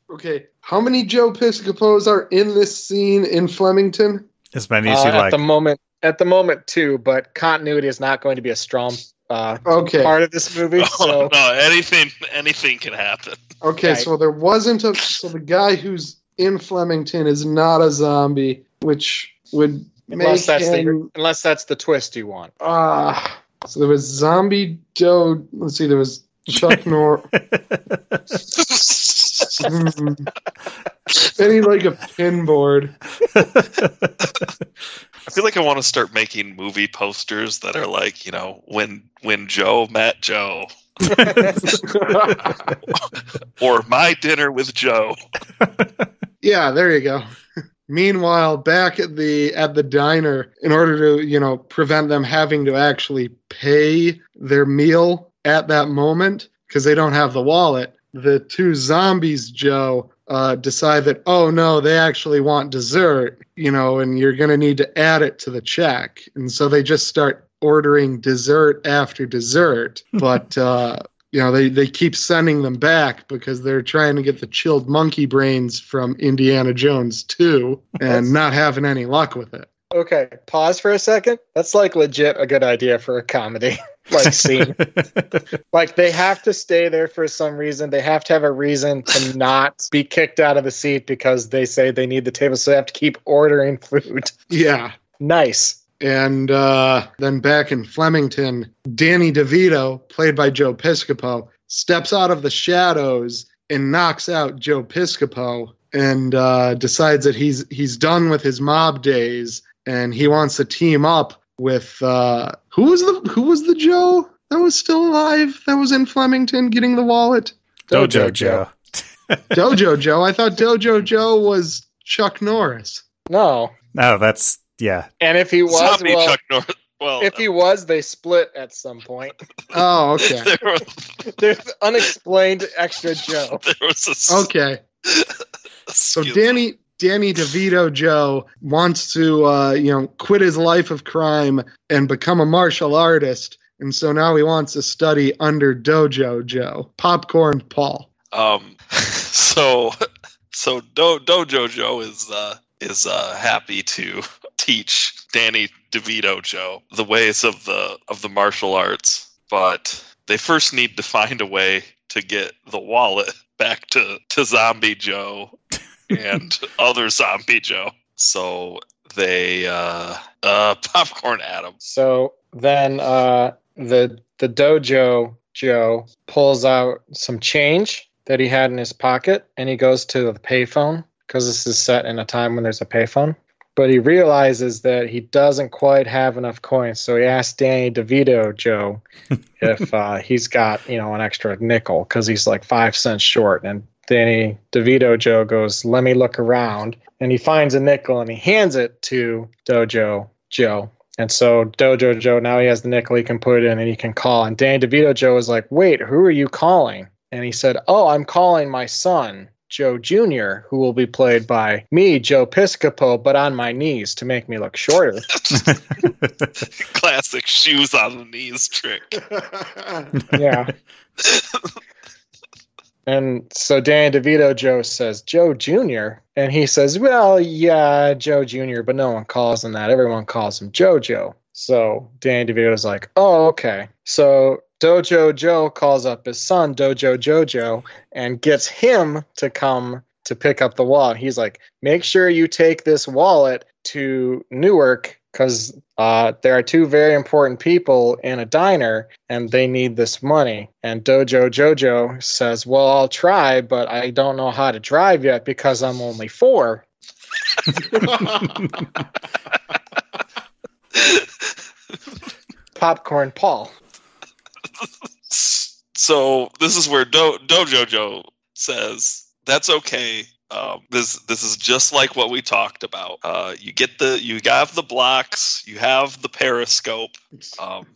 Okay, how many Joe Piscopos are in this scene in Flemington?
As many as
Uh,
you
at
like.
the moment at the moment too but continuity is not going to be a strong uh,
Okay,
part of this movie so
[laughs] Oh, no, anything anything can happen. [laughs]
okay,
Right.
so there wasn't a so the guy who's in Flemington is not a zombie, which would make
unless that's the
him
unless that's the twist you want
uh, so there was zombie Joe. Let's see, there was
[laughs]
Chuck Nor. Hmm. Any like a pinboard. [laughs]
I feel like I want to start making movie posters that are like, you know, when when Joe met Joe or my dinner with Joe.
Yeah, there you go. [laughs] Meanwhile, back at the at the diner, in order to you know prevent them having to actually pay their meal at that moment because they don't have the wallet, the two zombies, Joe, uh, decide that oh no, they actually want dessert, you know, and you're gonna need to add it to the check, and so they just start ordering dessert after dessert, but. Uh, you know they, they keep sending them back because they're trying to get the chilled monkey brains from indiana jones too and not having any luck with it
okay pause for a second that's like legit a good idea for a comedy [laughs] like scene like they have to stay there for some reason they have to have a reason to not be kicked out of the seat because they say they need the table so they have to keep ordering food [laughs]
yeah
nice
and uh, then back in flemington danny devito played by joe piscopo steps out of the shadows and knocks out joe piscopo and uh, decides that he's he's done with his mob days and he wants to team up with uh, who was the who was the joe that was still alive that was in flemington getting the wallet
Dojo Joe.
Dojo Joe. I thought Dojo Joe was Chuck Norris.
no
No, Oh, that's
[laughs]
yeah. [laughs]
and if he was
Zombie
well,
Chuck Norris. Well,
if he was they split at some point [laughs]
Oh, okay.
[laughs] there, was,
There's unexplained extra Joe.
[laughs] there was a. s-
Okay. So
excuse-
Danny Danny DeVito Joe wants to uh, you know quit his life of crime and become a martial artist. And so now he wants to study under Dojo Joe, Popcorn Paul.
Um, [laughs] so so Do, Dojo Joe is uh, is uh, happy to teach Danny DeVito Joe the ways of the of the martial arts, but they first need to find a way to get the wallet back to to Zombie Joe and other Zombie Joe. So they uh, uh, popcorn Adam. [laughs]
So then uh, the the dojo Joe pulls out some change that he had in his pocket, and he goes to the payphone because this is set in a time when there's a payphone. But he realizes that he doesn't quite have enough coins, so he asks Danny DeVito Joe if uh, he's got you know an extra nickel because he's like five cents short. And Danny DeVito Joe goes, "Let me look around," and he finds a nickel and he hands it to Dojo Joe. And so Dojo Joe now he has the nickel he can put it in and he can call. And Danny DeVito Joe is like, "Wait, who are you calling?" And he said, "Oh, I'm calling my son." Joe Jr., who will be played by me, Joe Piscopo, but on my knees to make me look shorter.
Classic shoes on the knees trick.
yeah. [laughs] And so Danny DeVito Joe says, Joe Jr. And he says, Well, yeah, Joe Jr., but no one calls him that. Everyone calls him JoJo. So Danny DeVito's like, Oh, okay. So Dojo Joe calls up his son, Dojo Jojo, and gets him to come um, to pick up the wallet. He's like, make sure you take this wallet to Newark because uh, there are two very important people in a diner and they need this money. And Dojo Jojo says, well, I'll try, but I don't know how to drive yet because I'm only four. Popcorn Paul. [laughs]
so this is where Do- Dojo Joe says that's okay. Um, this this is just like what we talked about. Uh, you get the you have the blocks, you have the periscope, um,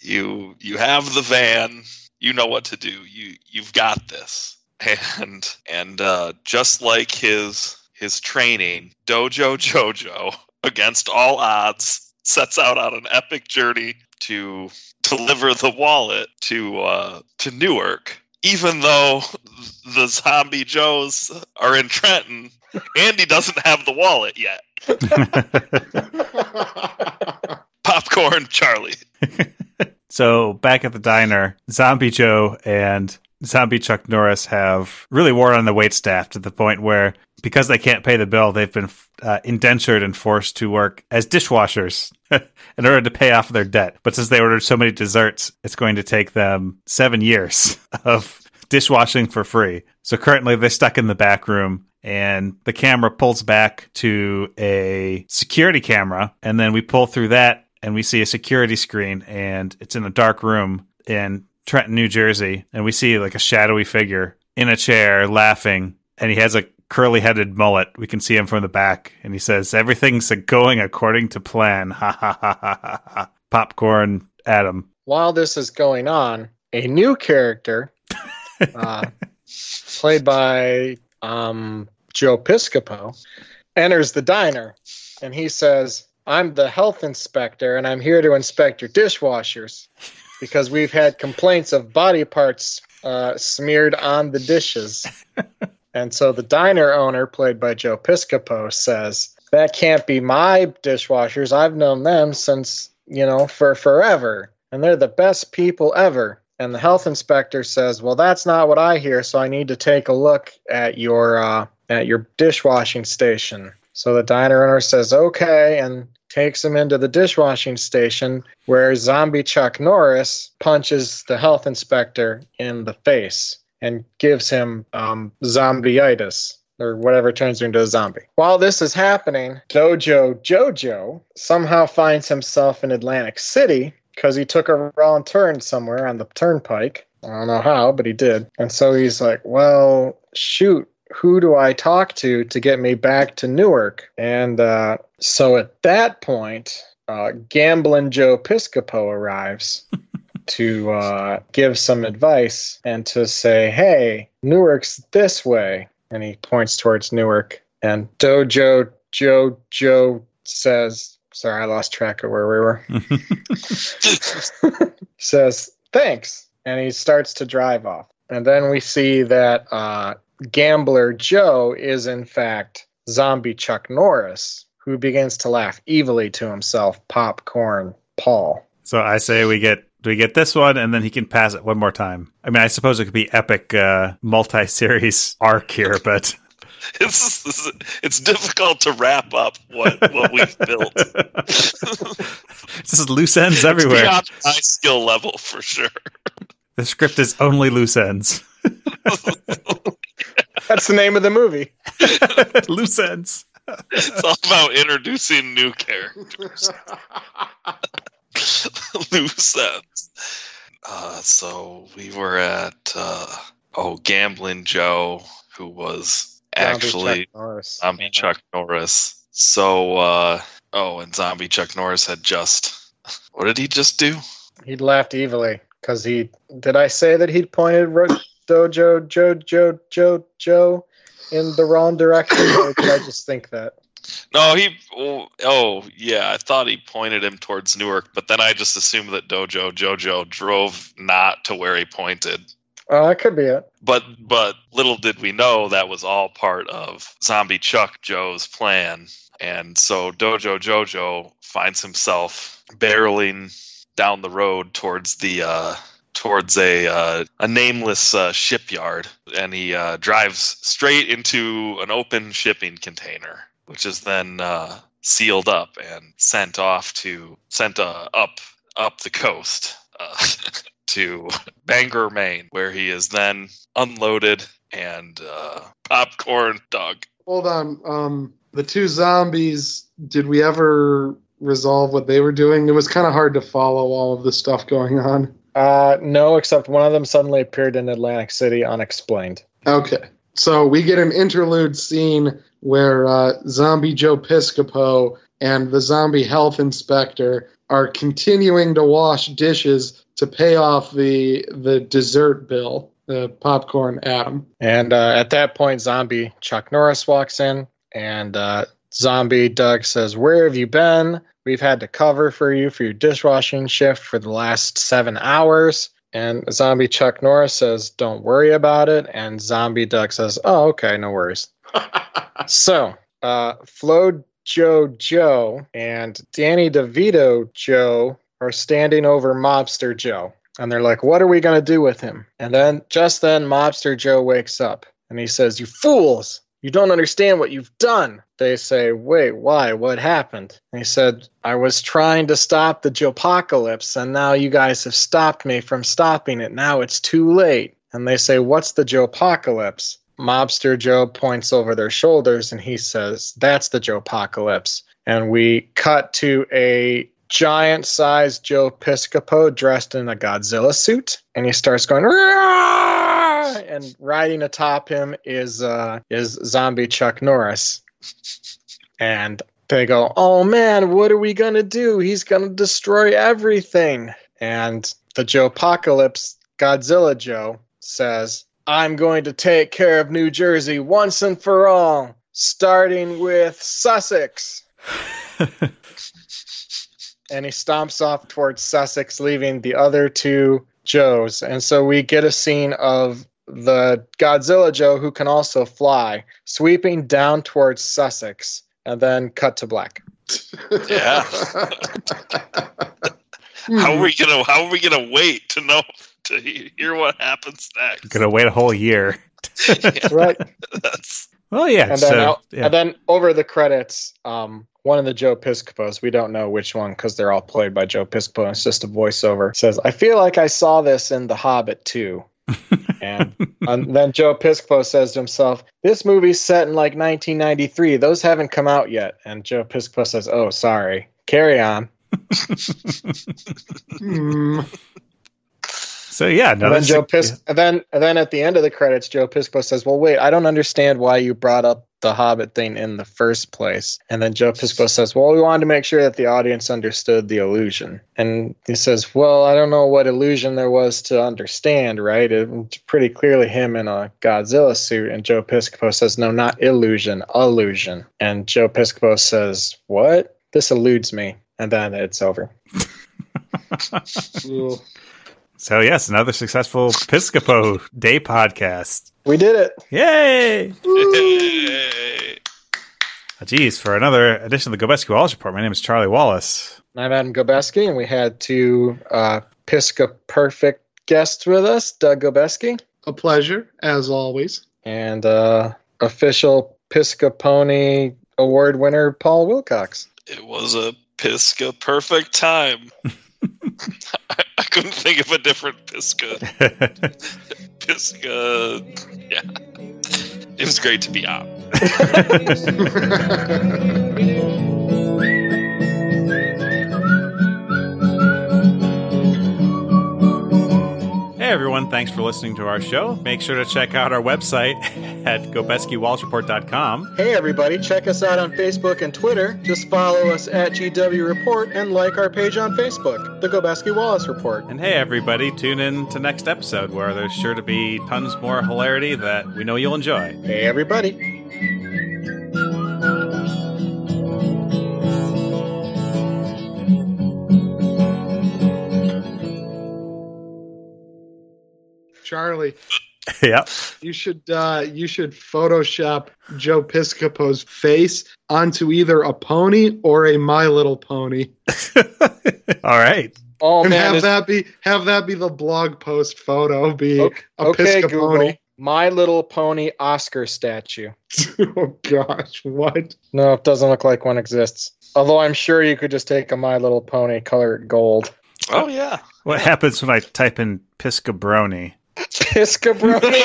you you have the van. You know what to do. You you've got this. [laughs] And and uh, just like his his training, Dojo Jojo, [laughs] against all odds, sets out on an epic journey to deliver the wallet to uh, to Newark, even though the zombie Joes are in Trenton. Andy doesn't have the wallet yet. Popcorn Charlie. [laughs]
So back at the diner, Zombie Joe and Zombie Chuck Norris have really worn on the wait staff to the point where, because they can't pay the bill, they've been uh, indentured and forced to work as dishwashers [laughs] in order to pay off their debt. But since they ordered so many desserts, it's going to take them seven years [laughs] of dishwashing for free. So currently they're stuck in the back room and the camera pulls back to a security camera and then we pull through that and we see a security screen and it's in a dark room in Trenton, New Jersey and we see like a shadowy figure in a chair laughing and he has a curly-headed mullet. We can see him from the back and he says everything's going according to plan. [laughs] Ha ha ha ha ha. ha. Popcorn Adam.
While this is going on, a new character uh, played by um, Joe Piscopo, enters the diner and he says, I'm the health inspector and I'm here to inspect your dishwashers because we've had complaints of body parts uh, smeared on the dishes. and so the diner owner, played by Joe Piscopo, says, That can't be my dishwashers. I've known them since, you know, for forever. And they're the best people ever. And the health inspector says, "Well, that's not what I hear, so I need to take a look at your uh, at your dishwashing station." So the diner owner says, "Okay," and takes him into the dishwashing station where zombie Chuck Norris punches the health inspector in the face and gives him um, zombieitis or whatever turns you into a zombie. While this is happening, Dojo Jojo somehow finds himself in Atlantic City because he took a wrong turn somewhere on the turnpike. I don't know how, but he did. And so he's like, well, shoot, who do I talk to to get me back to Newark? And uh, so at that point, uh, Gambling Joe Piscopo arrives to uh, give some advice and to say, hey, Newark's this way. And he points towards Newark. And Dojo Joe Joe says, sorry, I lost track of where we were, [laughs] says, thanks. And he starts to drive off. And then we see that uh, Gambler Joe is, in fact, zombie Chuck Norris, who begins to laugh evilly to himself, Popcorn Paul.
So I say we get we get this one, and then he can pass it one more time. I mean, I suppose it could be epic uh, multi-series [laughs] arc here, but
It's it's- it's difficult to wrap up what what we've built. [laughs]
it's just loose ends everywhere.
Beyond my skill level for sure. [laughs]
The script is only loose ends.
That's the name of the movie.
loose ends.
It's all about introducing new characters. [laughs] Loose ends. Uh, so we were at uh, oh gambling Joe, who was actually um,
Zombie Chuck Norris.
zombie Chuck Norris. So uh, oh, and zombie Chuck Norris had just [laughs] what did he just do?
He laughed evilly because he did. I say that he'd pointed ro- dojo Joe Joe Joe Joe in the wrong direction. or did I just think that?
No, he. Oh, oh, yeah. I thought he pointed him towards Newark, but then I just assumed that Dojo Jojo drove not to where he pointed.
Oh, that could be it.
But but little did we know that was all part of Zombie Chuck Joe's plan. And so Dojo Jojo finds himself barreling down the road towards the uh, towards a uh, a nameless uh, shipyard, and he uh, drives straight into an open shipping container, which is then uh, sealed up and sent off to sent uh, up up the coast uh, [laughs] to Bangor, Maine, where he is then unloaded and uh, popcorn dog.
Hold on. Um, the two zombies. Did we ever resolve what they were doing? It was kind of hard to follow all of the stuff going on.
Uh, no, except one of them suddenly appeared in Atlantic City unexplained.
Okay. So we get an interlude scene where uh, zombie Joe Piscopo and the zombie health inspector are continuing to wash dishes to pay off the the dessert bill, the popcorn Adam.
And uh, at that point, zombie Chuck Norris walks in, and uh, zombie Doug says, Where have you been? We've had to cover for you for your dishwashing shift for the last seven hours. And zombie Chuck Norris says, Don't worry about it. And zombie Doug says, Oh, okay, no worries. so, uh, Flo Joe Joe and Danny DeVito Joe are standing over Mobster Joe. And they're like, What are we going to do with him? And then, just then, Mobster Joe wakes up and he says, You fools! You don't understand what you've done. They say, Wait, why? What happened? And he said, I was trying to stop the Jopocalypse, and now you guys have stopped me from stopping it. Now it's too late. And they say, What's the Jopocalypse? Mobster Joe points over their shoulders and he says, That's the Jopocalypse. And we cut to a giant sized Joe Piscopo dressed in a Godzilla suit. And he starts going, "Rah!" and riding atop him is uh, is zombie Chuck Norris. And they go, Oh man, what are we gonna do? He's gonna destroy everything. And the Joe Apocalypse Godzilla Joe says, I'm going to take care of New Jersey once and for all, starting with Sussex. and he stomps off towards Sussex, leaving the other two Joes. And so we get a scene of the Godzilla Joe, who can also fly, sweeping down towards Sussex, and then cut to black.
Yeah.
Mm-hmm.
How are we gonna How are we gonna wait to know to he- hear what happens next?
Gonna wait a whole year.
Yeah,
Right.
[laughs] that's
Well, yeah.
and then
so,
out-
yeah.
and then over the credits, um, one of the Joe Piscopos, we don't know which one because they're all played by Joe Piscopo. It's just a voiceover. Says, "I feel like I saw this in The Hobbit too." and, and then Joe Piscopo says to himself, "This movie's set in like 1993. Those haven't come out yet." And Joe Piscopo says, "Oh, sorry. Carry on."
[laughs] Hmm.
so yeah, no,
and then
that's
Joe
yeah.
Pis- and then and then at the end of the credits, Joe Piscopo says, "Well, wait, I don't understand why you brought up the Hobbit thing in the first place." And then Joe Piscopo says, "Well, we wanted to make sure that the audience understood the illusion." And he says, "Well, I don't know what illusion there was to understand, right? It's pretty clearly him in a Godzilla suit." And Joe Piscopo says, "No, not illusion, illusion." And Joe Piscopo says, "What? This eludes me." And then it's over.
Cool.
So yes, another successful Piscopo Day podcast.
We did it.
Yay! Oh,
Yay.
Geez, for another edition of the Gobescu Wallace Report. My name is Charlie Wallace. [laughs]
And I'm Adam Gobeski, and we had two uh, Pisca Perfect guests with us, Doug Gobeski
A pleasure, as always.
and uh, official Pisca Pony award winner, Paul Wilcox.
It was a Pisca perfect time. [laughs] I, I couldn't think of a different Pisca. Pisca. Yeah. It was great to be on.
Hey everyone, thanks for listening to our show. Make sure to check out our website [laughs] at gobeskiwallachreport.com.
Hey, everybody, check us out on Facebook and Twitter. Just follow us at GW Report and like our page on Facebook, The Gobeski Wallace Report.
And hey everybody, tune in to next episode where there's sure to be tons more hilarity that we know you'll enjoy.
Hey, everybody.
Charlie,
[laughs] yep. [laughs]
you should uh, you should Photoshop Joe Piscopo's face onto either a pony or a My Little Pony.
All right.
Oh
and
man,
have
it's-
that be have that be the blog post photo be
Okay,
a
okay, Google.
Piscopony.
My Little Pony Oscar statue.
[laughs] oh gosh, what?
No, it doesn't look like one exists. Although I'm sure you could just take a My Little Pony, color it gold. [laughs]
Oh yeah.
What happens when I type in Piscabroni?
Piscabroni.